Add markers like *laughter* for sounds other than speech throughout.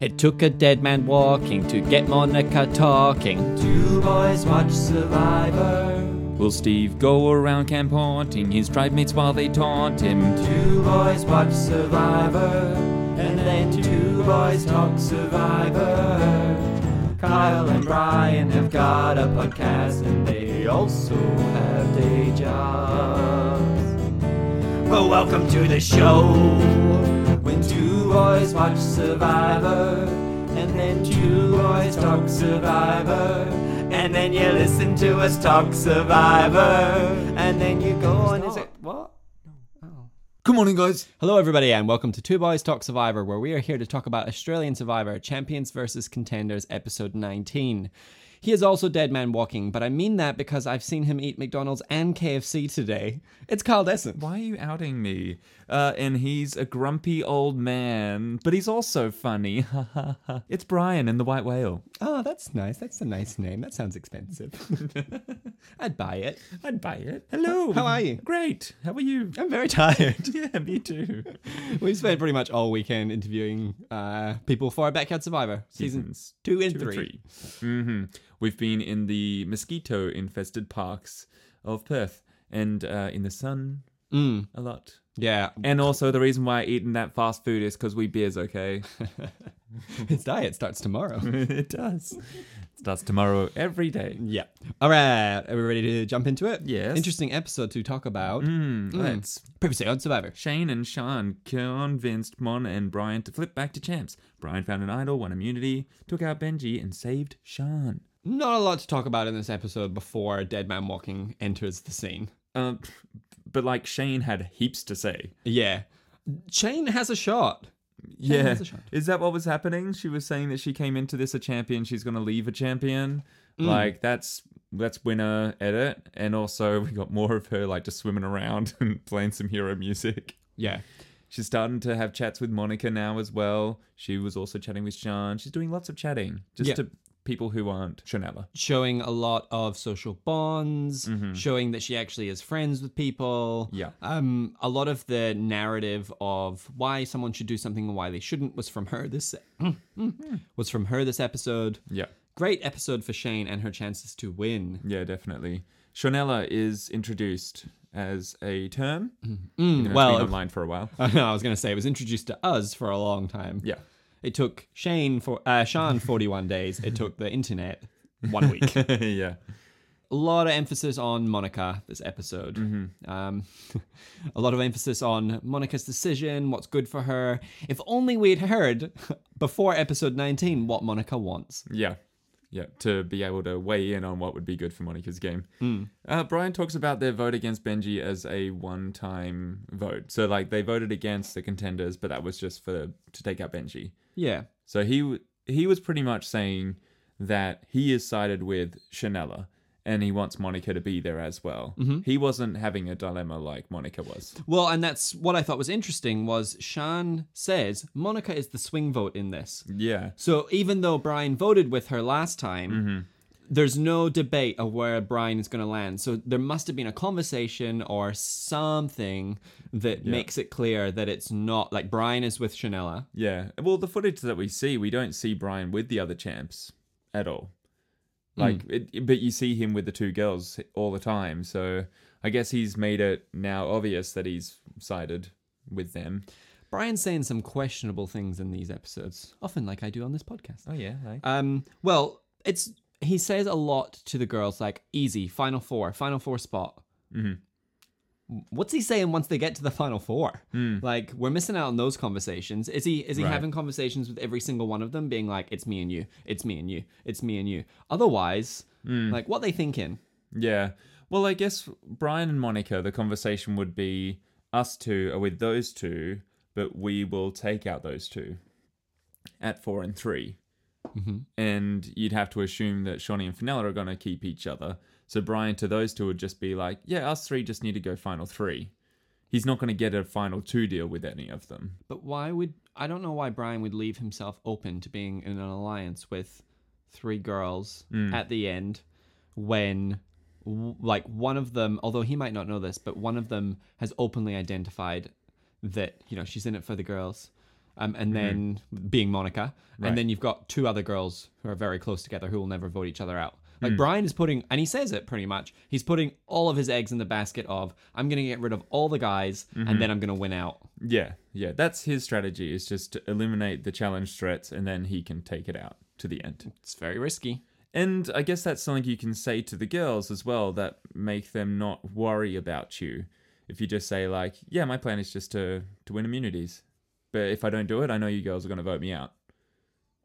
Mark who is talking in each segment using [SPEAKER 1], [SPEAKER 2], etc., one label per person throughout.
[SPEAKER 1] It took a dead man walking to get Monica talking.
[SPEAKER 2] Two boys watch Survivor.
[SPEAKER 1] Will Steve go around camp haunting his tribe mates while they taunt him?
[SPEAKER 2] Two boys watch Survivor. And then two boys talk Survivor. Kyle and Brian have got a podcast and they also have day jobs. Well, welcome to the show. When two boys watch Survivor, and then two boys talk Survivor, and then you listen to us talk Survivor, and then you go on and say, What?
[SPEAKER 3] Good morning, guys.
[SPEAKER 1] Hello, everybody, and welcome to Two Boys Talk Survivor, where we are here to talk about Australian Survivor Champions versus Contenders, episode 19. He is also Dead Man Walking, but I mean that because I've seen him eat McDonald's and KFC today. It's Carl Dessen.
[SPEAKER 3] Why are you outing me? Uh, and he's a grumpy old man, but he's also funny. *laughs* it's Brian in the White Whale.
[SPEAKER 1] Oh, that's nice. That's a nice name. That sounds *laughs* expensive. I'd buy it.
[SPEAKER 3] I'd buy it. Hello.
[SPEAKER 1] How are you?
[SPEAKER 3] Great. How are you?
[SPEAKER 1] I'm very tired.
[SPEAKER 3] *laughs* Yeah, me too.
[SPEAKER 1] *laughs* We've spent pretty much all weekend interviewing uh, people for our Backyard Survivor season
[SPEAKER 3] Seasons
[SPEAKER 1] Mm-hmm. two and
[SPEAKER 3] two or
[SPEAKER 1] three.
[SPEAKER 3] three. Mm-hmm. We've been in the mosquito-infested parks of Perth and uh, in the sun
[SPEAKER 1] Mm.
[SPEAKER 3] a lot.
[SPEAKER 1] *laughs* Yeah,
[SPEAKER 3] And also, the reason why I eaten that fast food is because we beers, okay?
[SPEAKER 1] his diet starts tomorrow.
[SPEAKER 3] it does. Starts tomorrow every day.
[SPEAKER 1] *laughs* yeah. All right, are we ready to jump into it?
[SPEAKER 3] Yes.
[SPEAKER 1] Interesting episode to talk about.
[SPEAKER 3] Mm, Let's
[SPEAKER 1] Previously on Survivor.
[SPEAKER 3] Shane and Sean convinced Mon and Brian to flip back to champs. Brian found an idol, won immunity, took out Benji, and saved Sean.
[SPEAKER 1] Not a lot to talk about in this episode before Dead Man Walking enters the scene.
[SPEAKER 3] Um, but like Shane had heaps to say.
[SPEAKER 1] Yeah. Shane has a shot.
[SPEAKER 3] Yeah,
[SPEAKER 1] has a shot.
[SPEAKER 3] is that what was happening? She was saying that she came into this a champion. She's gonna leave a champion.
[SPEAKER 1] Mm.
[SPEAKER 3] Like that's that's winner edit. And also *laughs* we got more of her like just swimming around *laughs* and playing some hero music.
[SPEAKER 1] Yeah.
[SPEAKER 3] She's starting to have chats with Monica now as well. She was also chatting with Sean. She's doing lots of chatting just
[SPEAKER 1] Yeah.
[SPEAKER 3] to people who aren't Chanella.
[SPEAKER 1] Showing a lot of social bonds, showing that she actually is friends with people.
[SPEAKER 3] Mm-hmm. Yeah.
[SPEAKER 1] Um, a lot of the narrative of why someone should do something and why they shouldn't was from her this mm,
[SPEAKER 3] Hmm.
[SPEAKER 1] was from her this episode.
[SPEAKER 3] Yeah.
[SPEAKER 1] Great episode for Shane and her chances to win. *laughs*
[SPEAKER 3] Yeah, definitely. Chanella is introduced as a term. You know, it's
[SPEAKER 1] Mm-hmm. Mm, well,
[SPEAKER 3] been
[SPEAKER 1] if-
[SPEAKER 3] online for a while.
[SPEAKER 1] I was going to say it was introduced to us for a long time. *laughs*
[SPEAKER 3] Yeah.
[SPEAKER 1] It took Shane for uh, Sean 41 days. It took the internet one week. a
[SPEAKER 3] yeah.
[SPEAKER 1] lot of emphasis on Monica this episode. Um, *laughs* a lot of emphasis on Monica's decision, what's good for her. If only we'd heard *laughs* before episode 19 what Monica wants.
[SPEAKER 3] Yeah. Yeah. To be able to weigh in on what would be good for Monica's game.
[SPEAKER 1] Mm.
[SPEAKER 3] Uh, Brian talks about their vote against Benji as a one time vote. So, like, they voted against the contenders, but that was just for to take out Benji.
[SPEAKER 1] Yeah.
[SPEAKER 3] So he w- he was pretty much saying that he is sided with Chanella and he wants Monica to be there as well. He wasn't having a dilemma like Monica was.
[SPEAKER 1] Well, and that's what I thought was interesting was Sean says Monica is the swing vote in this.
[SPEAKER 3] Yeah.
[SPEAKER 1] So even though Brian voted with her last time, there's no debate of where Brian is going to land. So there must have been a conversation or something that makes it clear that it's not like Brian is with Chanela.
[SPEAKER 3] Yeah. Well, the footage that we see, we don't see Brian with the other champs at all. Like, it, but you see him with the two girls all the time. So I guess he's made it now obvious that he's sided with them.
[SPEAKER 1] Brian's saying some questionable things in these episodes, often like I do on this podcast.
[SPEAKER 3] Oh yeah. Like.
[SPEAKER 1] Um, well, it's he says a lot to the girls, like easy final four, final four spot. Mm-hmm. What's he saying once they get to the final four? Like we're missing out on those conversations. Is he is he
[SPEAKER 3] Right.
[SPEAKER 1] having conversations with every single one of them, being like, "It's me and you, it's me and you, it's me and you"? Otherwise, like what they thinking?
[SPEAKER 3] Yeah. Well, I guess Brian and Monica, the conversation would be us two are with those two, but we will take out those two at four and 3 Mm-hmm. And you'd have to assume that Shawnee and Fenella are going to keep each other. So Brian to those two would just be like, yeah, us three just need to go final three. He's not going to get a final two deal with any of them.
[SPEAKER 1] But why would I don't know why Brian would leave himself open to being in an alliance with three girls at the end when w- like one of them although he might not know this but one of them has openly identified that you know she's in it for the girls um, and then being Monica,
[SPEAKER 3] Right.
[SPEAKER 1] and then you've got two other girls who are very close together who will never vote each other out. Like Brian is putting, and he says it pretty much. He's putting all of his eggs in the basket of I'm going to get rid of all the guys, and then I'm going to win out.
[SPEAKER 3] Yeah, yeah. That's his strategy is just to eliminate the challenge threats and then he can take it out to the end.
[SPEAKER 1] It's very risky.
[SPEAKER 3] And I guess that's something you can say to the girls as well that make them not worry about you. If you just say like, "Yeah, my plan is just to to win immunities, but if I don't do it, I know you girls are going to vote me out."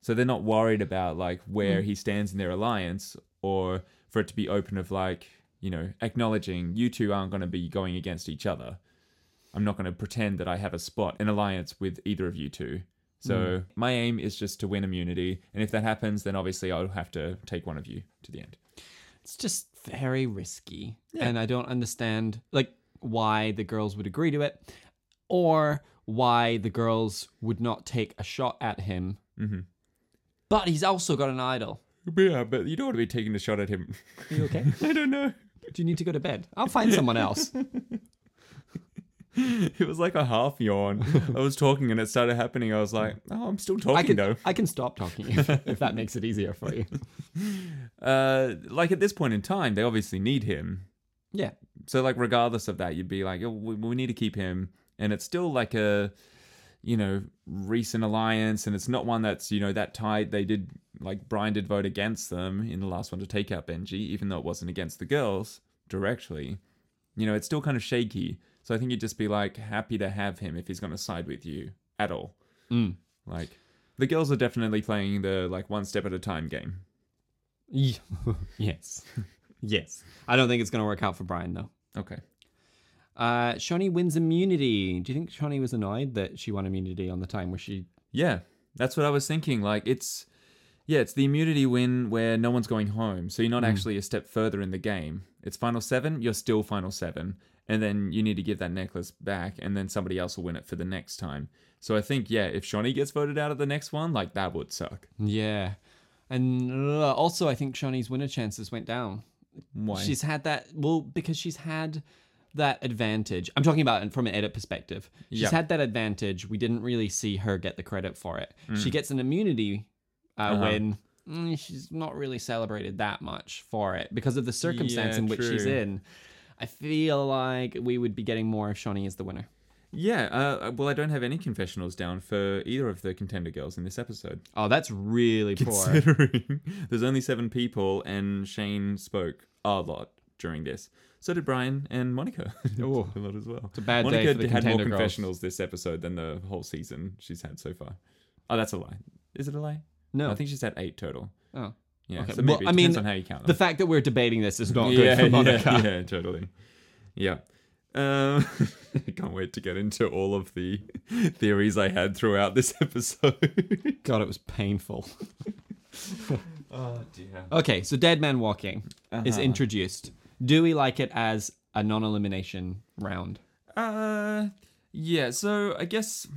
[SPEAKER 3] So they're not worried about like where he stands in their alliance, or for it to be open of like you know acknowledging you two aren't going to be going against each other. I'm not going to pretend that I have a spot in alliance with either of you two. So my aim is just to win immunity, and if that happens, then obviously I'll have to take one of you to the end.
[SPEAKER 1] It's just very risky, and I don't understand like why the girls would agree to it, or why the girls would not take a shot at him.
[SPEAKER 3] Mhm.
[SPEAKER 1] But he's also got an idol.
[SPEAKER 3] Yeah, but you don't want to be taking a shot at him. *laughs*
[SPEAKER 1] Are you okay?
[SPEAKER 3] I don't know.
[SPEAKER 1] *laughs* Do you need to go to bed? I'll find someone *laughs* else.
[SPEAKER 3] It was like a half yawn. I was talking and it started happening. I was like, oh, I'm still talking
[SPEAKER 1] I can
[SPEAKER 3] though.
[SPEAKER 1] I can stop talking if, if that makes it easier for *laughs* you.
[SPEAKER 3] Uh, like at this point in time, they obviously need him.
[SPEAKER 1] Yeah,
[SPEAKER 3] So like, regardless of that, you'd be like, oh, we, we need to keep him, and it's still like a, you know, recent alliance, and it's not one that's you know that tight. They did like Brian did vote against them in the last one to take out Benji, even though it wasn't against the girls directly. You know, it's still kind of shaky. So I think you'd just be like happy to have him if he's going to side with you at all.
[SPEAKER 1] Mm.
[SPEAKER 3] Like the girls are definitely playing the like one step at a time game.
[SPEAKER 1] Ye- *laughs* yes, yes. I don't think it's gonna work out for Brian though.
[SPEAKER 3] Okay.
[SPEAKER 1] Uh, Shawnee wins immunity. Do you think Shawnee was annoyed that she won immunity on the time where she?
[SPEAKER 3] Yeah, that's what I was thinking. Like it's yeah, it's the immunity win where no one's going home, so you're not actually a step further in the game. It's final seven, you're still final seven, and then you need to give that necklace back, and then somebody else will win it for the next time. So I think yeah, if Shawnee gets voted out of the next one, like that would suck.
[SPEAKER 1] Yeah, and uh, also I think Shawnee's winner chances went down.
[SPEAKER 3] Why?
[SPEAKER 1] She's had that well because she's had that advantage. I'm talking about it from an edit perspective. She's
[SPEAKER 3] Yeah.
[SPEAKER 1] had that advantage. We didn't really see her get the credit for it.
[SPEAKER 3] Mm.
[SPEAKER 1] She gets an immunity uh,
[SPEAKER 3] Uh-huh.
[SPEAKER 1] when mm, she's not really celebrated that much for it because of the circumstance
[SPEAKER 3] Yeah,
[SPEAKER 1] in which she's
[SPEAKER 3] true.
[SPEAKER 1] in. I feel like we would be getting more if Shawnee is the winner.
[SPEAKER 3] yeah. Uh, well, I don't have any confessionals down for either of the contender girls in this episode.
[SPEAKER 1] Oh, that's really poor.
[SPEAKER 3] considering *laughs* there's only seven people and Shane spoke a lot during this. So did Brian and Monica. *laughs*
[SPEAKER 1] Ooh.
[SPEAKER 3] a lot as well. It's
[SPEAKER 1] a bad day
[SPEAKER 3] Monica
[SPEAKER 1] for the
[SPEAKER 3] had more
[SPEAKER 1] contender girls.
[SPEAKER 3] confessionals this episode than the whole season she's had so far. Oh, that's a lie. Is it a lie?
[SPEAKER 1] No,
[SPEAKER 3] I think she's had eight total.
[SPEAKER 1] Oh.
[SPEAKER 3] Yeah,
[SPEAKER 1] Okay,
[SPEAKER 3] so
[SPEAKER 1] well,
[SPEAKER 3] maybe
[SPEAKER 1] I
[SPEAKER 3] it depends
[SPEAKER 1] mean,
[SPEAKER 3] on how you count
[SPEAKER 1] the *laughs*
[SPEAKER 3] them.
[SPEAKER 1] fact that we're debating this is not good for Monica.
[SPEAKER 3] yeah, yeah, totally. Yeah. Um, *laughs* I can't wait to get into all of the *laughs* theories I had throughout this episode.
[SPEAKER 1] God, it was painful.
[SPEAKER 3] oh dear.
[SPEAKER 1] Okay, so Dead Man Walking is introduced. Do we like it as a non elimination round?
[SPEAKER 3] Uh, yeah. So I guess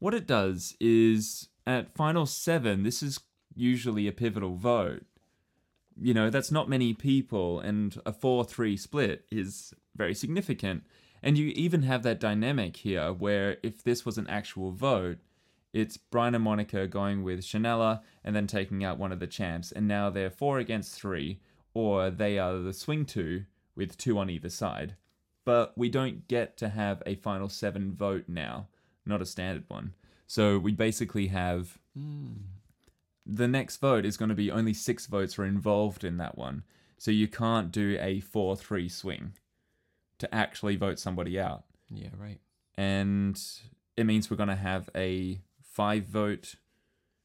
[SPEAKER 3] what it does is at final seven, this is usually a pivotal vote. You know, that's not many people, and a four-three split is very significant. And you even have that dynamic here, where if this was an actual vote, it's Brian and Monica going with Chanela and then taking out one of the champs, and now they're four against three, or they are the swing two with two on either side but we don't get to have a final seven vote now, not a standard one. So we basically have the next vote is going to be only six votes are involved in that one. So you can't do a 4 3 swing to actually vote somebody out.
[SPEAKER 1] Yeah, right.
[SPEAKER 3] And it means we're going to have a five vote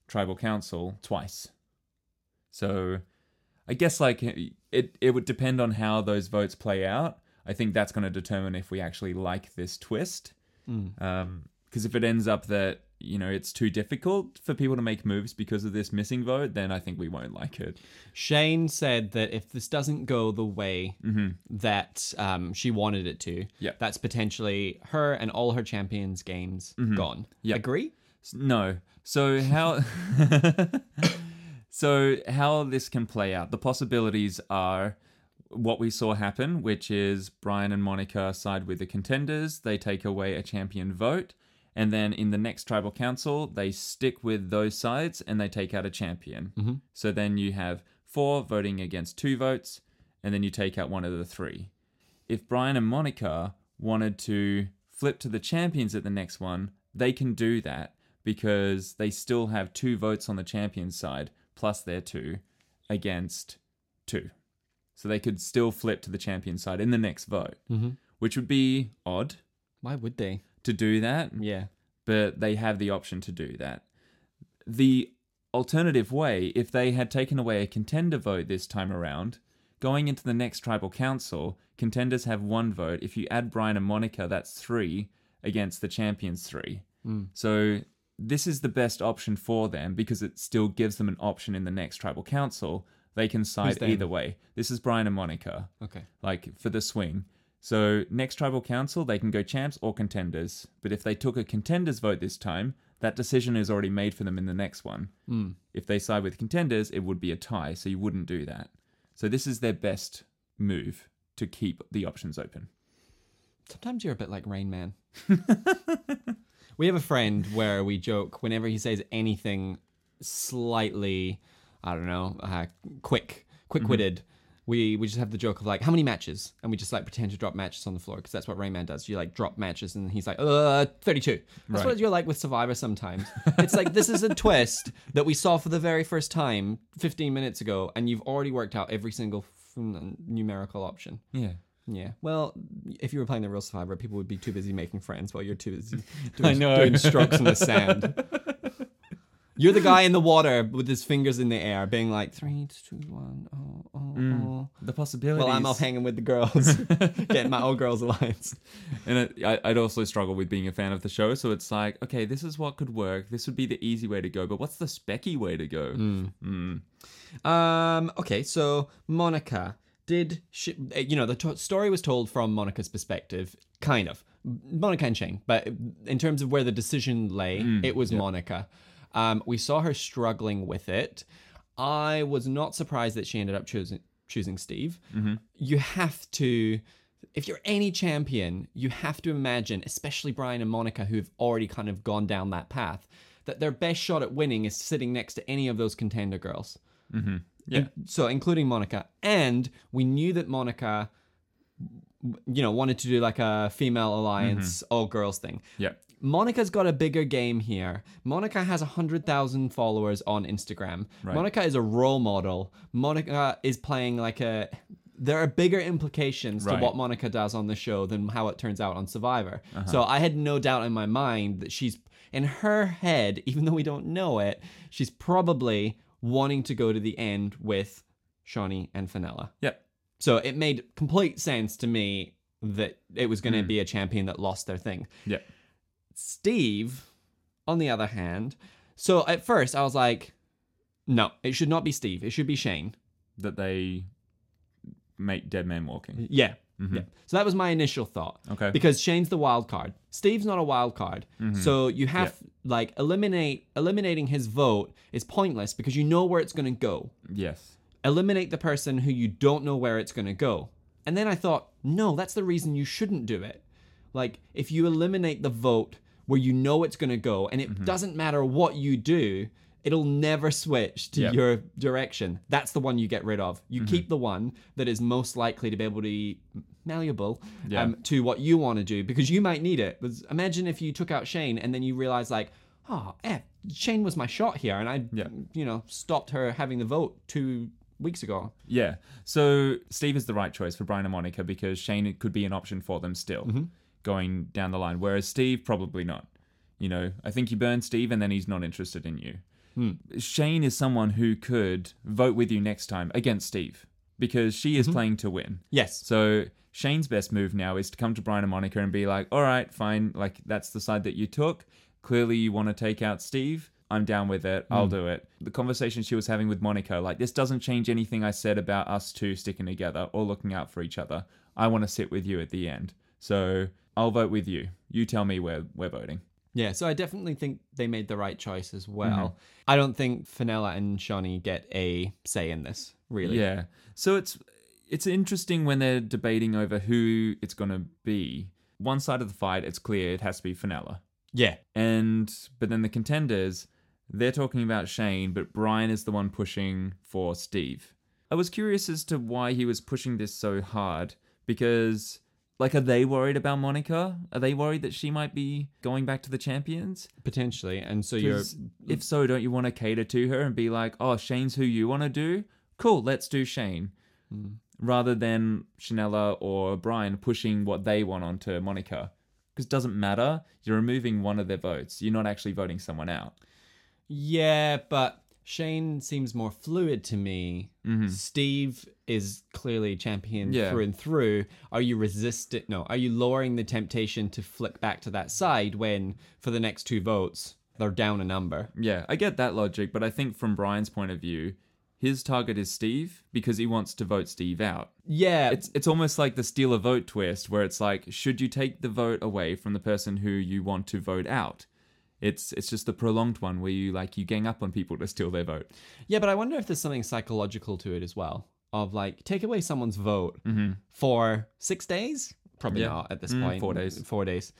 [SPEAKER 3] tribal council twice. So I guess like it it would depend on how those votes play out. I think that's going to determine if we actually like this twist. Because if it ends up that you know it's too difficult for people to make moves because of this missing vote, then I think we won't like it.
[SPEAKER 1] Shane said that if this doesn't go the way Mm-hmm. that um, she wanted it to,
[SPEAKER 3] Yeah.
[SPEAKER 1] that's potentially her and all her champions' games gone.
[SPEAKER 3] Yeah.
[SPEAKER 1] Agree?
[SPEAKER 3] S- No. So how *laughs* So how this can play out. The possibilities are what we saw happen, which is Brian and Monica side with the contenders, they take away a champion vote, And then in the next tribal council, they stick with those sides and they take out a champion.
[SPEAKER 1] Mhm.
[SPEAKER 3] So then you have four voting against two votes, and then you take out one of the three. If Brian and Monica wanted to flip to the champions at the next one, they can do that because they still have two votes on the champion side plus their two against two. So they could still flip to the champion side in the next vote,
[SPEAKER 1] Mhm.
[SPEAKER 3] which would be odd
[SPEAKER 1] Why would they?
[SPEAKER 3] to do that
[SPEAKER 1] Yeah.
[SPEAKER 3] but they have the option to do that. The alternative way, if they had taken away a contender vote this time around, going into the next tribal council, contenders have one vote. If you add Brian and Monica, that's three against the champions three. So this is the best option for them because it still gives them an option in the next tribal council. They can side
[SPEAKER 1] them?
[SPEAKER 3] either way. This is Brian and Monica
[SPEAKER 1] Okay.
[SPEAKER 3] like for the swing. So next tribal council, they can go champs or contenders. But if they took a contenders vote this time, that decision is already made for them in the next one. If they side with contenders, it would be a tie, so you wouldn't do that. So this is their best move to keep the options open.
[SPEAKER 1] Sometimes you're a bit like Rain Man. we have a friend where we joke whenever he says anything slightly, I don't know, uh, quick, quick witted. We, we just have the joke of like how many matches and we just like pretend to drop matches on the floor because that's what Rain Man does. You like drop matches and he's like uh 32. That's what
[SPEAKER 3] Right.
[SPEAKER 1] you're like with Survivor sometimes. it's like this is a twist that we saw for the very first time 15 minutes ago and you've already worked out every single f- numerical option.
[SPEAKER 3] Yeah.
[SPEAKER 1] Yeah. Well, if you were playing the real survivor, people would be too busy making friends while you're too busy doing,
[SPEAKER 3] know.
[SPEAKER 1] doing strokes in the sand. You're the guy in the water with his fingers in the air, being like three, two, one, oh, oh, oh.
[SPEAKER 3] The possibilities.
[SPEAKER 1] Well, I'm off hanging with the girls, getting my old girls alliance.
[SPEAKER 3] *laughs* And it, I, I'd also struggle with being a fan of the show, so it's like, okay, this is what could work. This would be the easy way to go, but what's the specky way to go?
[SPEAKER 1] Hmm.
[SPEAKER 3] Mm.
[SPEAKER 1] Um. Okay. So Monica did she? uh, You know, the to story was told from Monica's perspective, kind of Monica and Shane, but in terms of where the decision lay, it was Monica. Um, we saw her struggling with it. I was not surprised that she ended up choosing choosing Steve. You have to. If you're any champion, you have to imagine, especially Brian and Monica, who've already kind of gone down that path, that their best shot at winning is sitting next to any of those contender girls.
[SPEAKER 3] Yeah.
[SPEAKER 1] So including Monica, and we knew that Monica, you know, wanted to do like a female alliance, all girls thing.
[SPEAKER 3] Yeah.
[SPEAKER 1] Monica's got a bigger game here. Monica has 100,000 followers on Instagram. Monica is a role model. Monica is playing like a. There are bigger implications
[SPEAKER 3] Right.
[SPEAKER 1] to what Monica does on the show than how it turns out on Survivor. So I had no doubt in my mind that she's, in her head, even though we don't know it, she's probably wanting to go to the end with Shawnee and Finella.
[SPEAKER 3] Yeah.
[SPEAKER 1] So it made complete sense to me that it was going to be a champion that lost their thing.
[SPEAKER 3] Yeah.
[SPEAKER 1] Steve, on the other hand, so at first I was like, no, it should not be Steve. It should be Shane.
[SPEAKER 3] That they make Dead Man Walking.
[SPEAKER 1] Yeah. Yeah. So that was my initial thought.
[SPEAKER 3] Okay.
[SPEAKER 1] Because Shane's the wild card. Steve's not a wild card. So you have like eliminate eliminating his vote is pointless because you know where it's going to go.
[SPEAKER 3] Yes.
[SPEAKER 1] eliminate the person who you don't know where it's going to go. And then I thought, no, that's the reason you shouldn't do it. Like, if you eliminate the vote where you know it's going to go, and it doesn't matter what you do, it'll never switch to
[SPEAKER 3] Yep.
[SPEAKER 1] your direction. That's the one you get rid of. You keep the one that is most likely to be able to be malleable
[SPEAKER 3] Yeah.
[SPEAKER 1] um, to what you want to do because you might need it. Because imagine if you took out Shane and then you realize, like, oh, eh, Shane was my shot here, and I,
[SPEAKER 3] Yeah.
[SPEAKER 1] you know, stopped her having the vote two weeks ago.
[SPEAKER 3] Yeah. So Steve is the right choice for Brian and Monica because Shane could be an option for them still going down the line, whereas Steve probably not. You know, I think you burn Steve and then he's not interested in you. Shane is someone who could vote with you next time against Steve because she is playing to win.
[SPEAKER 1] Yes.
[SPEAKER 3] So Shane's best move now is to come to Brian and Monica and be like, all right, fine. Like, that's the side that you took. Clearly, you want to take out Steve. I'm down with it. I'll do it. The conversation she was having with Monica, like, this doesn't change anything I said about us two sticking together or looking out for each other. I want to sit with you at the end. So I'll vote with you. You tell me where we're voting.
[SPEAKER 1] Yeah, so I definitely think they made the right choice as well.
[SPEAKER 3] Mm-hmm.
[SPEAKER 1] I don't think Finella and Shawnee get a say in this, really.
[SPEAKER 3] Yeah. So it's it's interesting when they're debating over who it's going to be. One side of the fight, it's clear it has to be Finella.
[SPEAKER 1] Yeah.
[SPEAKER 3] And but then the contenders, they're talking about Shane, but Brian is the one pushing for Steve. I was curious as to why he was pushing this so hard because like are they worried about Monica? Are they worried that she might be going back to the champions?
[SPEAKER 1] Potentially. And so you're
[SPEAKER 3] 'Cause if so, don't you want to cater to her and be like, "Oh, Shane's who you want to do? Cool, let's do Shane." Rather than Chanela or Brian pushing what they want onto Monica. Because it doesn't matter. You're removing one of their votes. You're not actually voting someone out.
[SPEAKER 1] Yeah, but Shane seems more fluid to me. Steve is clearly champion
[SPEAKER 3] Yeah.
[SPEAKER 1] through and through. Are you resistant? No. Are you lowering the temptation to flick back to that side when, for the next two votes, they're down a number?
[SPEAKER 3] Yeah, I get that logic, but I think from Brian's point of view, his target is Steve because he wants to vote Steve out.
[SPEAKER 1] Yeah,
[SPEAKER 3] It's it's almost like the steal a vote twist where it's like should you take the vote away from the person who you want to vote out? It's it's just the prolonged one where you like you gang up on people to steal their vote.
[SPEAKER 1] yeah, but I wonder if there's something psychological to it as well. Of like, take away someone's vote for six days? Probably
[SPEAKER 3] Mm-hmm. Yeah.
[SPEAKER 1] not at this
[SPEAKER 3] Mm,
[SPEAKER 1] point.
[SPEAKER 3] four days.
[SPEAKER 1] Four days.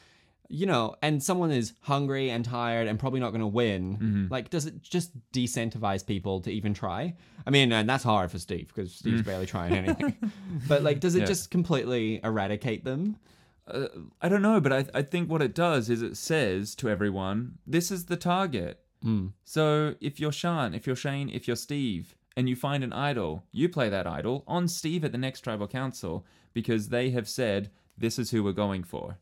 [SPEAKER 1] You know, and someone is hungry and tired and probably not going to win.
[SPEAKER 3] Mm-hmm.
[SPEAKER 1] Like, does it just desincentivize people to even try? I mean, and that's hard for Steve because Steve's barely trying
[SPEAKER 3] *laughs*
[SPEAKER 1] anything. but like, does it
[SPEAKER 3] Mm. Yeah.
[SPEAKER 1] just completely eradicate them?
[SPEAKER 3] I don't know, but I I think what it does is it says to everyone, this is the target. So if you're Sean, if you're Shane, if you're Steve, and you find an idol, you play that idol on Steve at the next tribal council because they have said this is who we're going for.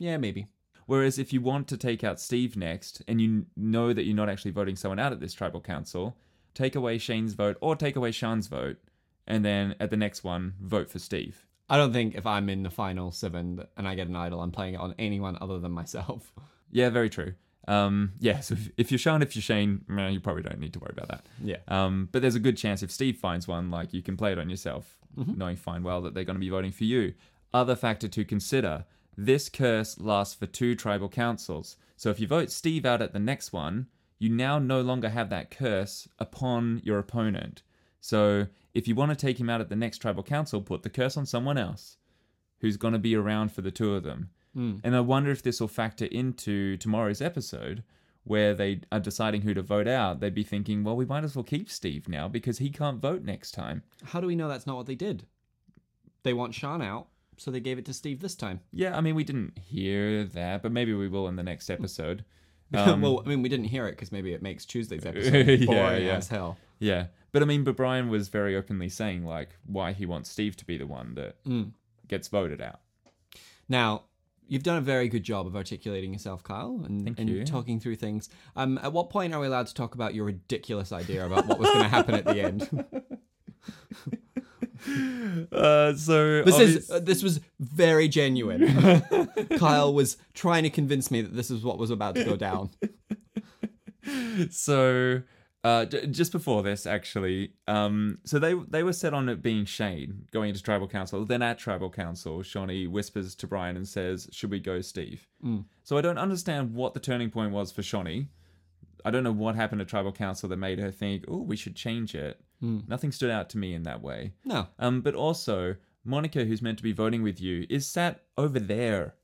[SPEAKER 1] Yeah, maybe.
[SPEAKER 3] Whereas if you want to take out Steve next and you know that you're not actually voting someone out at this tribal council, take away Shane's vote or take away Sean's vote, and then at the next one, vote for Steve.
[SPEAKER 1] I don't think if I'm in the final seven and I get an idol, I'm playing it on anyone other than myself.
[SPEAKER 3] Yeah, very true. Um, yeah, so if, if you're Sean, if you're Shane, meh, you probably don't need to worry about that.
[SPEAKER 1] Yeah.
[SPEAKER 3] Um, but there's a good chance if Steve finds one, like you can play it on yourself, knowing fine well that they're going to be voting for you. Other factor to consider this curse lasts for two tribal councils. So if you vote Steve out at the next one, you now no longer have that curse upon your opponent. So if you want to take him out at the next tribal council, put the curse on someone else who's going to be around for the two of them. And I wonder if this will factor into tomorrow's episode where they are deciding who to vote out. They'd be thinking, well, we might as well keep Steve now because he can't vote next time.
[SPEAKER 1] How do we know that's not what they did? They want Sean out, so they gave it to Steve this time. *laughs*
[SPEAKER 3] Yeah, I mean, we didn't hear that, but maybe we will in the next *laughs* episode. Um,
[SPEAKER 1] well, I mean, we didn't hear it because maybe it makes
[SPEAKER 3] *laughs*
[SPEAKER 1] Tuesday's episode boring
[SPEAKER 3] Yeah, yeah.
[SPEAKER 1] as hell.
[SPEAKER 3] yeah. But I mean, but Brian was very openly saying, like, why he wants Steve to be the one that gets voted out.
[SPEAKER 1] Now, you've done a very good job of articulating yourself, Kyle, and,
[SPEAKER 3] Thank
[SPEAKER 1] and
[SPEAKER 3] you.
[SPEAKER 1] talking through things. Um, at what point are we allowed to talk about your ridiculous idea about what was going to happen at the
[SPEAKER 3] *laughs*
[SPEAKER 1] end?
[SPEAKER 3] Uh, so
[SPEAKER 1] This is
[SPEAKER 3] obvious-
[SPEAKER 1] uh, this was very
[SPEAKER 3] *laughs*
[SPEAKER 1] genuine. Kyle was trying to convince me that this is what was about to go down.
[SPEAKER 3] so uh, d- just before this actually um, so they they were set on it being shane going into tribal council then at tribal council shawnee whispers to brian and says should we go steve so i don't understand what the turning point was for shawnee i don't know what happened at tribal council that made her think oh we should change it nothing stood out to me in that way
[SPEAKER 1] No,
[SPEAKER 3] um, but also, Monica, who's meant to be voting with you, is sat over there.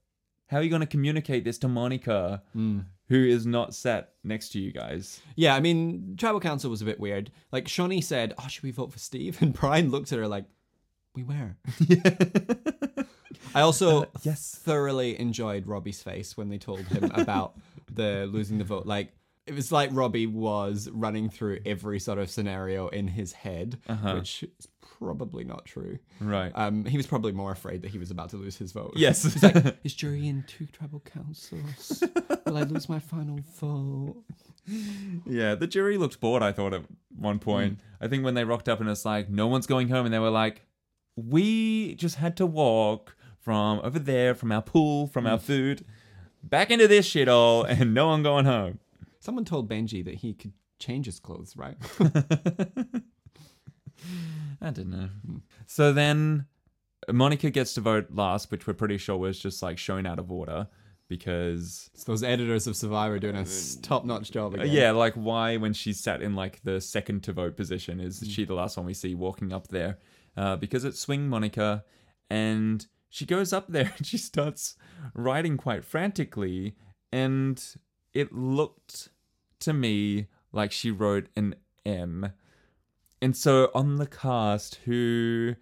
[SPEAKER 3] How are you going to communicate this to Monica, who is not sat next to you guys?
[SPEAKER 1] Yeah, I mean, tribal council was a bit weird. Like Shawnee said, "Oh, should we vote for Steve?" *laughs* And Brian looked at her like, "We
[SPEAKER 3] *laughs*
[SPEAKER 1] were." I also
[SPEAKER 3] Uh, yes.
[SPEAKER 1] thoroughly enjoyed Robbie's face when they told him about the losing the vote. Like it was like Robbie was running through every sort of scenario in his head,
[SPEAKER 3] Uh-huh.
[SPEAKER 1] which is probably not true.
[SPEAKER 3] Right.
[SPEAKER 1] Um, he was probably more afraid that he was about to lose his vote.
[SPEAKER 3] *laughs* yes. *laughs*
[SPEAKER 1] Is jury in two tribal councils? Will I lose my final vote?
[SPEAKER 3] yeah, the jury looked bored, I thought, at one point. I think when they rocked up and it's like, no one's going home, and they were like, we just had to walk from over there, from our pool, from our food, back into this shithole, *laughs* and no one going home.
[SPEAKER 1] Someone told Benji that he could change his clothes, right? *laughs*
[SPEAKER 3] I don't know. Hmm. So then Monica gets to vote last, which we're pretty sure was just like shown out of order because
[SPEAKER 1] It's those editors of Survivor doing a top notch job
[SPEAKER 3] Uh, yeah,
[SPEAKER 1] again.
[SPEAKER 3] like why when she's sat in like the second to vote position is she the last one we see walking up there? Uh, because it's swing Monica and she goes up there *laughs* and she starts writing quite frantically. And it looked to me like she wrote an M. And so on the cast, who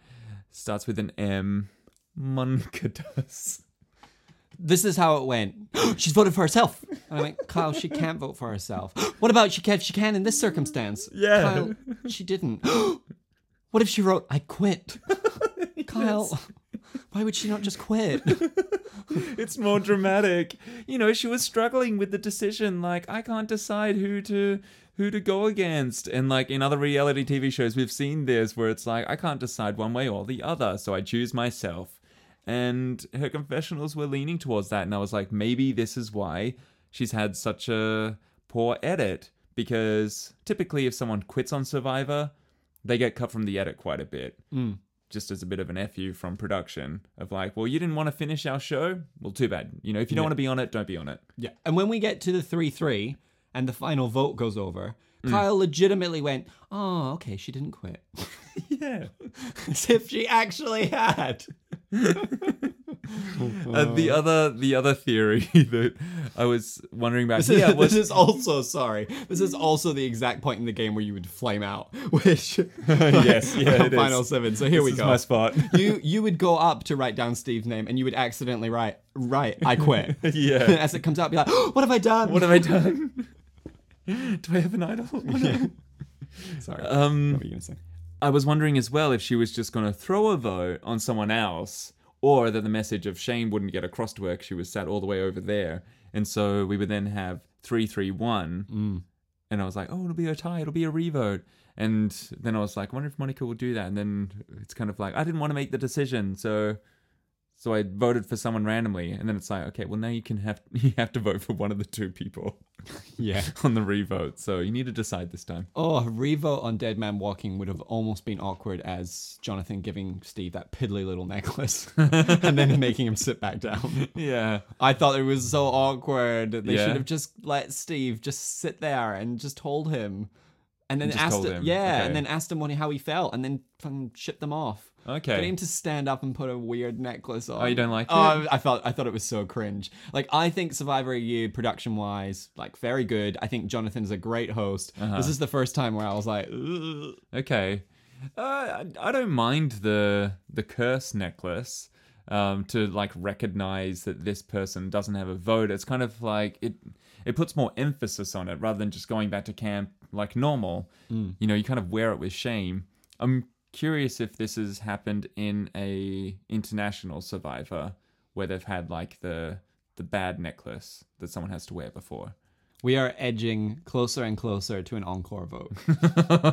[SPEAKER 3] starts with an M? Monica *laughs* does.
[SPEAKER 1] This is how it went. *gasps* She's voted for herself. And I
[SPEAKER 3] *laughs*
[SPEAKER 1] went, Kyle, she can't vote for herself. *gasps* What about she can, she can in this circumstance?
[SPEAKER 3] *laughs* Yeah.
[SPEAKER 1] Kyle, she didn't. *gasps* what if she wrote, I
[SPEAKER 3] *laughs*
[SPEAKER 1] quit? Kyle, *laughs* why would she not just
[SPEAKER 3] *laughs*
[SPEAKER 1] quit?
[SPEAKER 3] It's more dramatic. You know, she was struggling with the decision, like, I can't decide who to who to go against. And like in other reality TV shows, we've seen this where it's like, I can't decide one way or the other, so I choose myself. And her confessionals were leaning towards that, and I was like, maybe this is why she's had such a poor edit. Because typically if someone quits on Survivor, they get cut from the edit quite a bit just as a bit of an fu from production of like, well, you didn't want to finish our show. Well, too bad. You know, if you don't want to be on it, don't be on it.
[SPEAKER 1] Yeah. And when we get to the 3 3 and the final vote goes over,
[SPEAKER 3] Mm.
[SPEAKER 1] Kyle legitimately went, Oh, okay, she didn't quit.
[SPEAKER 3] *laughs*
[SPEAKER 1] *laughs*
[SPEAKER 3] Yeah.
[SPEAKER 1] As if she actually had.
[SPEAKER 3] Uh, the other the other theory *laughs* that I was wondering *laughs* about
[SPEAKER 1] This,
[SPEAKER 3] here
[SPEAKER 1] is,
[SPEAKER 3] was
[SPEAKER 1] this is also sorry. This is also the exact point in the game where you would flame out, *laughs* which
[SPEAKER 3] *laughs* Yes,
[SPEAKER 1] *laughs*
[SPEAKER 3] yeah, it is.
[SPEAKER 1] final seven. So here
[SPEAKER 3] this
[SPEAKER 1] we
[SPEAKER 3] is
[SPEAKER 1] go.
[SPEAKER 3] my spot.
[SPEAKER 1] you you would go up to write down Steve's name, and you would accidentally write right. I quit.
[SPEAKER 3] *laughs*
[SPEAKER 1] *laughs*
[SPEAKER 3] yeah.
[SPEAKER 1] As it comes out, be like, "Oh, what have I done?
[SPEAKER 3] What have I done? *laughs* Do I have an idol? *laughs* What am I-
[SPEAKER 1] sorry.
[SPEAKER 3] Um,
[SPEAKER 1] what were you gonna say?
[SPEAKER 3] I was wondering as well if she was just going to throw a vote on someone else, or that the message of shame wouldn't get across to her 'cause she was sat all the way over there. And so we would then have three, three, one. And I was like, oh, it'll be a tie, it'll be a revote. And then I was like, I wonder if Monica will do that. And then it's kind of like, I didn't want to make the decision, so so I voted for someone randomly. And then it's like, okay, well now you can have *laughs* you have to vote for one of the two people *laughs*
[SPEAKER 1] Yeah.
[SPEAKER 3] on the revote. So you need to decide this time.
[SPEAKER 1] Oh, a revote on Dead Man Walking would have almost been awkward as Jonathan giving Steve that piddly little necklace *laughs* and then making him sit back down.
[SPEAKER 3] Yeah.
[SPEAKER 1] I thought it was so awkward. They
[SPEAKER 3] Yeah.
[SPEAKER 1] should have just let Steve just sit there and just hold him. And then
[SPEAKER 3] And just
[SPEAKER 1] asked
[SPEAKER 3] told
[SPEAKER 1] him,
[SPEAKER 3] him,
[SPEAKER 1] yeah,
[SPEAKER 3] okay.
[SPEAKER 1] and then asked him what he, how he felt, and then fucking shipped them off.
[SPEAKER 3] Okay.
[SPEAKER 1] Get him to stand up and put a weird necklace on.
[SPEAKER 3] you don't like
[SPEAKER 1] Oh, I felt I thought it was so cringe. Like I think Survivor EU production wise, like very good. I think Jonathan's a great host.
[SPEAKER 3] Uh-huh.
[SPEAKER 1] This is the first time where I was like, "Ugh."
[SPEAKER 3] Okay, uh, I I don't mind the the curse necklace um, to like recognize that this person doesn't have a vote. It's kind of like it it puts more emphasis on it rather than just going back to camp like normal. You know, you kind of wear it with shame. I'm curious if this has happened in a international survivor where they've had like the the bad necklace that someone has to wear before. *laughs*
[SPEAKER 1] we are edging closer and closer to an encore vote.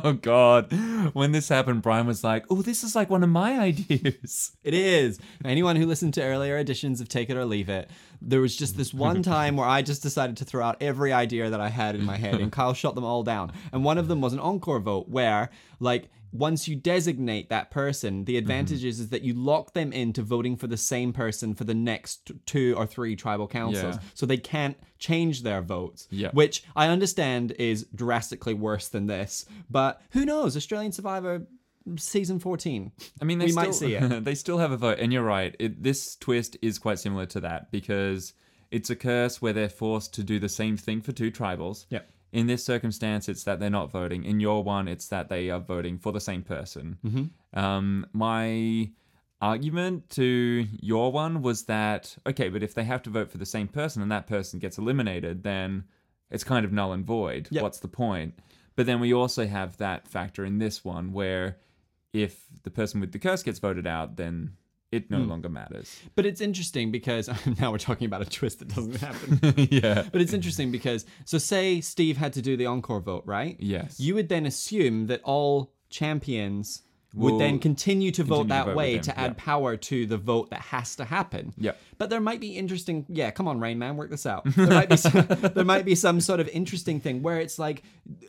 [SPEAKER 3] oh god. When this happened, Brian was like, "Oh, this is like one of my *laughs* ideas."
[SPEAKER 1] It is. Anyone who listened to earlier editions of Take It or Leave It, there was just this one time where I just decided to throw out every idea that I had in my head, and Kyle shot them all down. And one of them was an encore vote, where, like, once you designate that person,
[SPEAKER 3] Mm-hmm.
[SPEAKER 1] the advantage is, is that you lock them into voting for the same person for the next two or three tribal councils.
[SPEAKER 3] Yeah.
[SPEAKER 1] So they can't change their votes,
[SPEAKER 3] Yeah.
[SPEAKER 1] which I understand is drastically worse than this. But who knows? Australian Survivor season 14.
[SPEAKER 3] I mean, they
[SPEAKER 1] We
[SPEAKER 3] still,
[SPEAKER 1] might see it.
[SPEAKER 3] *laughs* they still have a vote, and you're right. It, this twist is quite similar to that because it's a curse where they're forced to do the same thing for two tribals.
[SPEAKER 1] Yep.
[SPEAKER 3] In this circumstance, it's that they're not voting. In your one, it's that they are voting for the same person. Mm-hmm. Um, my argument to your one was that okay, but if they have to vote for the same person and that person gets eliminated, then it's kind of null and void.
[SPEAKER 1] Yep.
[SPEAKER 3] What's the point? But then we also have that factor in this one where if the person with the curse gets voted out, then it no
[SPEAKER 1] Hmm.
[SPEAKER 3] longer
[SPEAKER 1] *laughs*
[SPEAKER 3] matters.
[SPEAKER 1] But it's interesting because *laughs* now we're talking about a twist that doesn't happen.
[SPEAKER 3] *laughs* yeah.
[SPEAKER 1] but it's interesting because so say Steve had to do the encore vote, right?
[SPEAKER 3] Yes.
[SPEAKER 1] You would then assume that all champions would
[SPEAKER 3] Will
[SPEAKER 1] then continue to vote
[SPEAKER 3] continue to
[SPEAKER 1] that
[SPEAKER 3] vote with
[SPEAKER 1] way
[SPEAKER 3] them,
[SPEAKER 1] to add
[SPEAKER 3] yeah.
[SPEAKER 1] power to the vote that has to happen.
[SPEAKER 3] Yep.
[SPEAKER 1] But there might be interesting. Yeah, come on, Rain Man, work this out. There might be
[SPEAKER 3] *laughs*
[SPEAKER 1] some, there might be some sort of interesting thing where it's like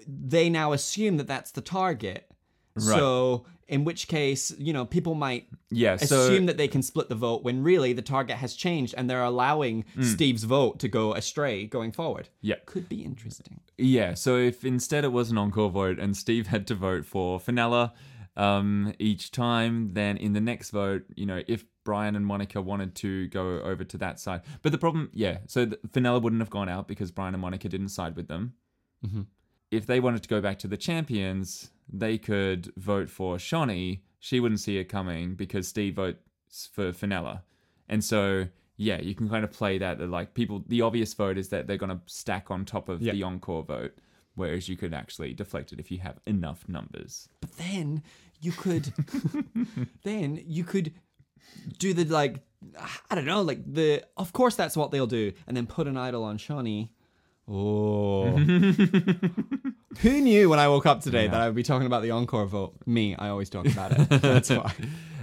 [SPEAKER 1] they now assume that that's the target. So in which case, you know, people might
[SPEAKER 3] yeah. So
[SPEAKER 1] assume that they can split the vote when really the target has changed and they're allowing Steve's vote to go astray going forward.
[SPEAKER 3] Hmm. Yeah.
[SPEAKER 1] Could be interesting.
[SPEAKER 3] yeah. So if instead it was an encore vote and Steve had to vote for Finella um, each time. Then in the next vote, you know, if Brian and Monica wanted to go over to that side, but the problem, yeah, so the, Finella wouldn't have gone out because Brian and Monica didn't side with them.
[SPEAKER 1] Mhm.
[SPEAKER 3] If they wanted to go back to the champions, they could vote for Shawnee. She wouldn't see it coming because Steve votes for Finella, and so. Yeah, you can kind of play that. That like people, the obvious vote is that they're going to stack on top of
[SPEAKER 1] Yeah.
[SPEAKER 3] the encore vote, whereas you could actually deflect it if you have enough numbers.
[SPEAKER 1] But then you could, *laughs* then you could do the like, I don't know, like the. Of course, that's what they'll do, and then put an idol on
[SPEAKER 3] *laughs*
[SPEAKER 1] Shawnee. Oh, who knew when I woke up today that I would be talking about the encore vote? Me, I always talk about it.
[SPEAKER 3] *laughs*
[SPEAKER 1] That's why.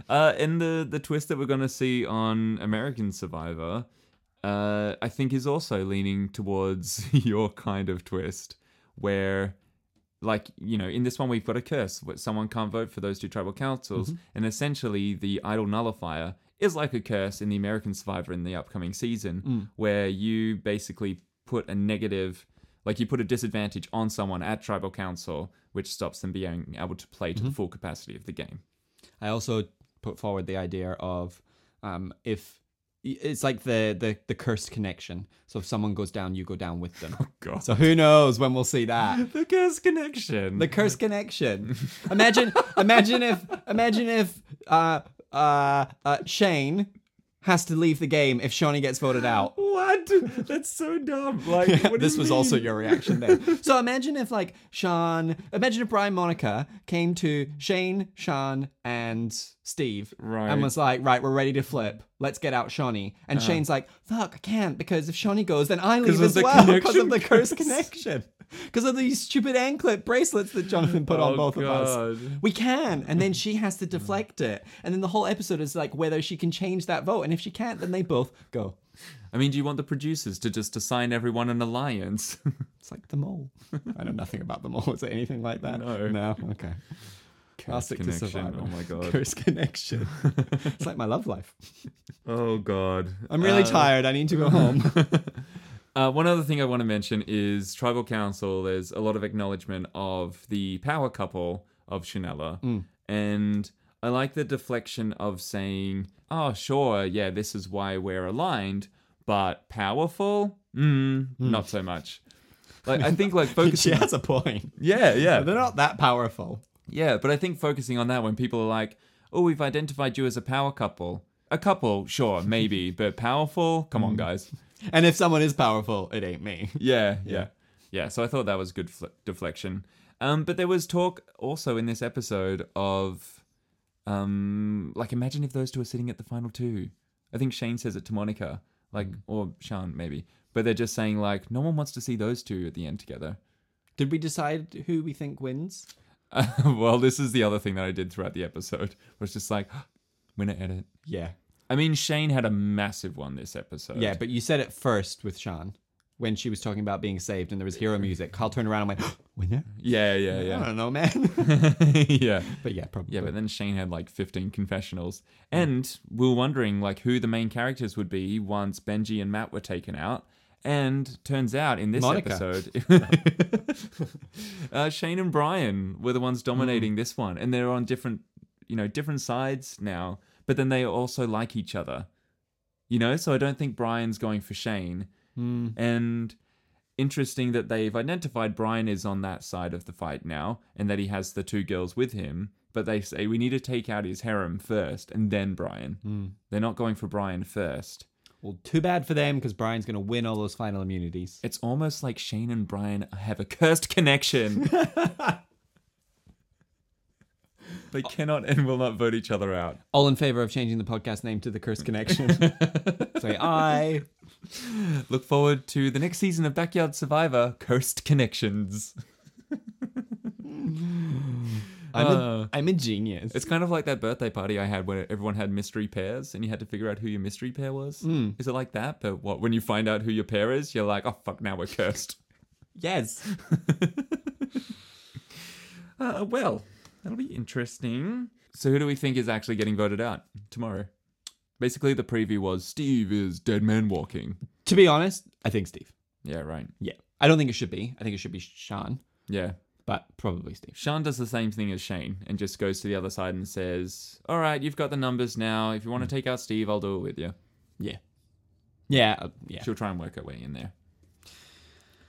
[SPEAKER 3] Uh, and the the twist that we're going to see on American Survivor, uh, I think, is also leaning towards *laughs* your kind of twist, where, like you know, in this one we've got a curse where someone can't vote for those two tribal councils, and essentially the idol nullifier is like a curse in the American Survivor in the upcoming season, where you basically put a negative. Like you put a disadvantage on someone at tribal council, which stops them being able to play to the full capacity of the game.
[SPEAKER 1] I also put forward the idea of um, if it's like the, the the cursed connection. So if someone goes down, you go down with them.
[SPEAKER 3] God.
[SPEAKER 1] So who knows when we'll see that?
[SPEAKER 3] The Curse Connection.
[SPEAKER 1] The cursed connection. Imagine, imagine if, imagine if uh, uh, uh, Shane has to leave the game if Shawnee gets voted out.
[SPEAKER 3] what? That's so
[SPEAKER 1] *laughs*
[SPEAKER 3] dumb. *laughs* Like, what do
[SPEAKER 1] this
[SPEAKER 3] you
[SPEAKER 1] was
[SPEAKER 3] mean?
[SPEAKER 1] also your reaction
[SPEAKER 3] *laughs*
[SPEAKER 1] there. So imagine if like Sean, imagine if Brian Monica came to Shane, Sean, and Steve,
[SPEAKER 3] Right. Uh-huh.
[SPEAKER 1] and was like, right, we're ready to flip. Let's get out Shawnee. And Shane's like, fuck, I can't because if Shawnee goes, then I leave
[SPEAKER 3] of
[SPEAKER 1] as
[SPEAKER 3] the
[SPEAKER 1] well because of
[SPEAKER 3] connection
[SPEAKER 1] the
[SPEAKER 3] *laughs*
[SPEAKER 1] cursed
[SPEAKER 3] curse.
[SPEAKER 1] connection. Because of these stupid anklet bracelets that Jonathan put on
[SPEAKER 3] Oh,
[SPEAKER 1] both of us.
[SPEAKER 3] God.
[SPEAKER 1] We can, and
[SPEAKER 3] *laughs*
[SPEAKER 1] then she has to deflect it, and then the whole episode is like whether she can change that vote, and if she can't, then they both go.
[SPEAKER 3] I mean, do you want the producers to just assign everyone an alliance? *laughs*
[SPEAKER 1] It's like the mole. *laughs* I know nothing about the mole. *laughs* Is it anything like that?
[SPEAKER 3] No.
[SPEAKER 1] No. Okay. I'll
[SPEAKER 3] Curse
[SPEAKER 1] stick to
[SPEAKER 3] Connection,
[SPEAKER 1] survival.
[SPEAKER 3] Oh
[SPEAKER 1] *laughs*
[SPEAKER 3] my god.
[SPEAKER 1] Curse
[SPEAKER 3] *laughs*
[SPEAKER 1] connection. it's like my love life.
[SPEAKER 3] Oh god.
[SPEAKER 1] I'm really
[SPEAKER 3] Uh,
[SPEAKER 1] tired. I need to go
[SPEAKER 3] *laughs*
[SPEAKER 1] home.
[SPEAKER 3] Uh, one other thing I want to mention is Tribal Council. There's a lot of acknowledgement of the power couple of Chanela. And I like the deflection of saying, oh, sure, yeah, this is why we're aligned, but powerful? Mm, Not so much. Like, I think,
[SPEAKER 1] *laughs*
[SPEAKER 3] like,
[SPEAKER 1] she
[SPEAKER 3] *laughs* focusing.
[SPEAKER 1] has a point.
[SPEAKER 3] yeah, yeah.
[SPEAKER 1] They're not that powerful.
[SPEAKER 3] Yeah, but I think focusing on that when people are like, oh, we've identified you as a power couple. A couple, sure, maybe, but powerful? Come on, guys.
[SPEAKER 1] And if someone is powerful, it ain't me. *laughs*
[SPEAKER 3] Yeah, yeah. Yeah, so I thought that was good fl- deflection. Um, but there was talk also in this episode of, um, like, imagine if those two are sitting at the final two. I think Shane says it to Monica, like, or Sean, maybe. But they're just saying, like, no one wants to see those two at the end together. *laughs*
[SPEAKER 1] Did we decide who we think wins?
[SPEAKER 3] Uh, well, this is the other thing that I did throughout the episode, was just like, *gasps* winner edit.
[SPEAKER 1] Yeah.
[SPEAKER 3] I mean, Shane had a massive one this episode.
[SPEAKER 1] Yeah, but you said it first with Sean when she was talking about being saved and there was hero music. Carl turned around and went, *gasps* winner?
[SPEAKER 3] yeah, yeah, yeah,
[SPEAKER 1] I don't know, man. *laughs*
[SPEAKER 3] *laughs* yeah,
[SPEAKER 1] but yeah, probably.
[SPEAKER 3] yeah. But then Shane had like 15 confessionals, and we were wondering like who the main characters would be once Benji and Matt were taken out. And turns out in this
[SPEAKER 1] Monica.
[SPEAKER 3] episode, *laughs* uh, Shane and Brian were the ones dominating this one, and they're on different, you know, different sides now. But then they also like each other, you know. So I don't think Brian's going for Shane. And interesting that they've identified Brian is on that side of the fight now and that he has the two girls with him. But they say we need to take out his harem first and then Brian. They're not going for Brian first.
[SPEAKER 1] Well, too bad for them because Brian's going to win all those final immunities.
[SPEAKER 3] It's almost like Shane and Brian have a cursed connection. *laughs* they cannot and will not vote each other out.
[SPEAKER 1] All in favor of changing the podcast name to The Cursed *laughs* Connection. Say aye.
[SPEAKER 3] Look forward to the next season of Backyard Survivor Cursed Connections.
[SPEAKER 1] I'm,
[SPEAKER 3] Uh.
[SPEAKER 1] a, I'm a genius.
[SPEAKER 3] It's kind of like that birthday party I had where everyone had mystery pairs and you had to figure out who your mystery pair was. Is it like that? But what when you find out who your pair is, you're like, oh fuck, now we're cursed.
[SPEAKER 1] yes.
[SPEAKER 3] uh, well, that'll be interesting. So who do we think is actually getting voted out tomorrow? Basically, the preview was Steve is dead man walking.
[SPEAKER 1] To be honest, I think Steve.
[SPEAKER 3] Yeah, right.
[SPEAKER 1] Yeah. I don't think it should be. I think it should be Sean.
[SPEAKER 3] Yeah.
[SPEAKER 1] but probably Steve.
[SPEAKER 3] Sean does the same thing as Shane and just goes to the other side and says, All right, you've got the numbers now. If you want to take out Steve, I'll do it with you.
[SPEAKER 1] Yeah. Yeah. uh, yeah.
[SPEAKER 3] She'll try and work her way in there.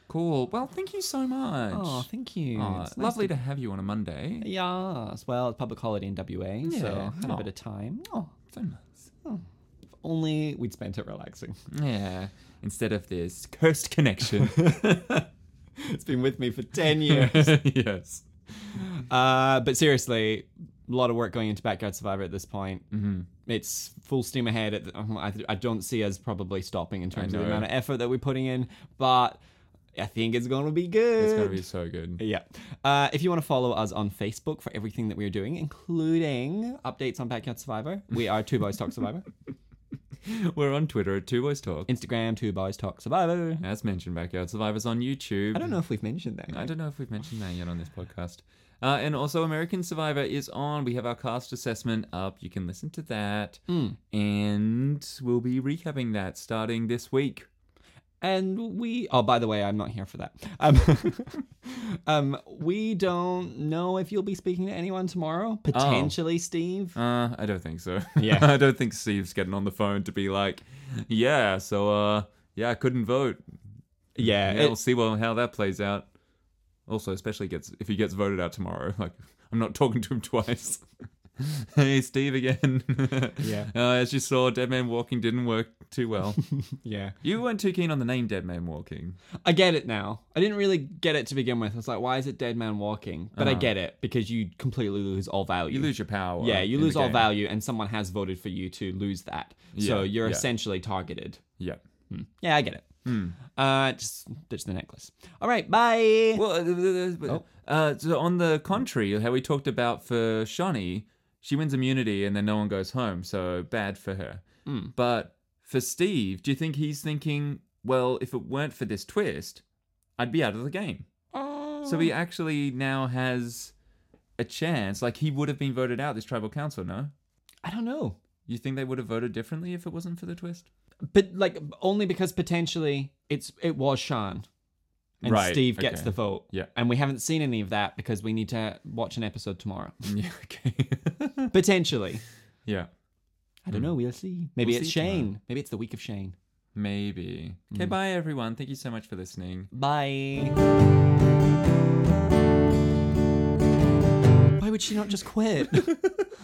[SPEAKER 3] Cool. Well, thank you so much.
[SPEAKER 1] Oh, thank you.
[SPEAKER 3] Aw,
[SPEAKER 1] It's nice
[SPEAKER 3] lovely to have you on a Monday.
[SPEAKER 1] Yes. Well, it's public holiday in WA, so
[SPEAKER 3] Yeah.
[SPEAKER 1] had a
[SPEAKER 3] Oh.
[SPEAKER 1] bit of time.
[SPEAKER 3] Oh, so nice.
[SPEAKER 1] If only we'd spent it relaxing.
[SPEAKER 3] Yeah. Instead of this cursed *laughs* connection.
[SPEAKER 1] It's been with me for 10 *laughs* years.
[SPEAKER 3] yes.
[SPEAKER 1] uh, but seriously, a lot of work going into Backyard Survivor at this point. Mm-hmm. It's full steam ahead. At the, um, I, I don't see us probably stopping in terms of the
[SPEAKER 3] know.
[SPEAKER 1] amount of effort that we're putting in, but I think it's going to be good.
[SPEAKER 3] It's going to be so good.
[SPEAKER 1] Yeah. Uh, if you want to follow us on Facebook for everything that we're doing, including updates on Backyard Survivor, we are Two Boys Talk
[SPEAKER 3] *laughs*
[SPEAKER 1] Survivor.
[SPEAKER 3] We're on Twitter at Two Boys Talk.
[SPEAKER 1] Instagram, Two Boys Talk Survivor.
[SPEAKER 3] As mentioned, Backyard Survivors on YouTube.
[SPEAKER 1] I don't know if we've mentioned that.
[SPEAKER 3] I don't know if we've mentioned that yet on this podcast. Uh, and also, American Survivor is on. We have our cast assessment up. You can listen to that.
[SPEAKER 1] Hmm.
[SPEAKER 3] And we'll be recapping that starting this week.
[SPEAKER 1] And we, oh, by the way, I'm not here for that. Um, *laughs* um, we don't know if you'll be speaking to anyone tomorrow. Potentially, Steve.
[SPEAKER 3] Uh, I don't think so.
[SPEAKER 1] Yeah.
[SPEAKER 3] *laughs* I don't think Steve's getting on the phone to be like, yeah, so, uh, yeah, I couldn't vote.
[SPEAKER 1] Yeah,
[SPEAKER 3] Yeah,
[SPEAKER 1] it-
[SPEAKER 3] we'll see well, how that plays out. Also, especially gets if he gets voted out tomorrow. *laughs* Like, I'm not talking to him *laughs* twice. hey, Steve again. *laughs*
[SPEAKER 1] Yeah.
[SPEAKER 3] Uh, as you saw, Dead Man Walking didn't work too
[SPEAKER 1] *laughs*
[SPEAKER 3] well.
[SPEAKER 1] yeah.
[SPEAKER 3] You weren't too keen on the name Dead Man Walking.
[SPEAKER 1] I get it now. I didn't really get it to begin with. I was like, why is it Dead Man Walking? But I get it because you completely lose all value.
[SPEAKER 3] You lose your power.
[SPEAKER 1] yeah, Uh-huh. you
[SPEAKER 3] in the
[SPEAKER 1] lose all
[SPEAKER 3] game.
[SPEAKER 1] value, and someone has voted for you to lose that. so
[SPEAKER 3] Yeah,
[SPEAKER 1] you're
[SPEAKER 3] yeah.
[SPEAKER 1] essentially targeted.
[SPEAKER 3] Yeah.
[SPEAKER 1] Yeah, I get it. Uh, just ditch the necklace. All right, bye.
[SPEAKER 3] Well, uh, uh, uh, so on the contrary, how we talked about for Shani, she wins immunity and then no one goes home, so bad for her. But for Steve, do you think he's thinking, well, if it weren't for this twist, I'd be out of the game? So he actually now has a chance. Like he would have been voted out, this tribal council, no?
[SPEAKER 1] I don't know.
[SPEAKER 3] You think they would have voted differently if it wasn't for the twist?
[SPEAKER 1] but like only because potentially it's it was Sean and
[SPEAKER 3] Right,
[SPEAKER 1] Steve gets
[SPEAKER 3] okay.
[SPEAKER 1] the vote.
[SPEAKER 3] Yeah.
[SPEAKER 1] And we haven't seen any of that because we need to watch an episode tomorrow. *laughs*
[SPEAKER 3] *laughs* Yeah, okay.
[SPEAKER 1] potentially.
[SPEAKER 3] *laughs* yeah.
[SPEAKER 1] I don't know, we'll see. Maybe
[SPEAKER 3] Hmm. We'll
[SPEAKER 1] it's
[SPEAKER 3] see
[SPEAKER 1] Shane.
[SPEAKER 3] tomorrow.
[SPEAKER 1] Maybe it's the week of Shane.
[SPEAKER 3] Maybe. Okay, bye everyone. Thank you so much for listening. *laughs*
[SPEAKER 1] Bye. Why would she not just quit? *laughs*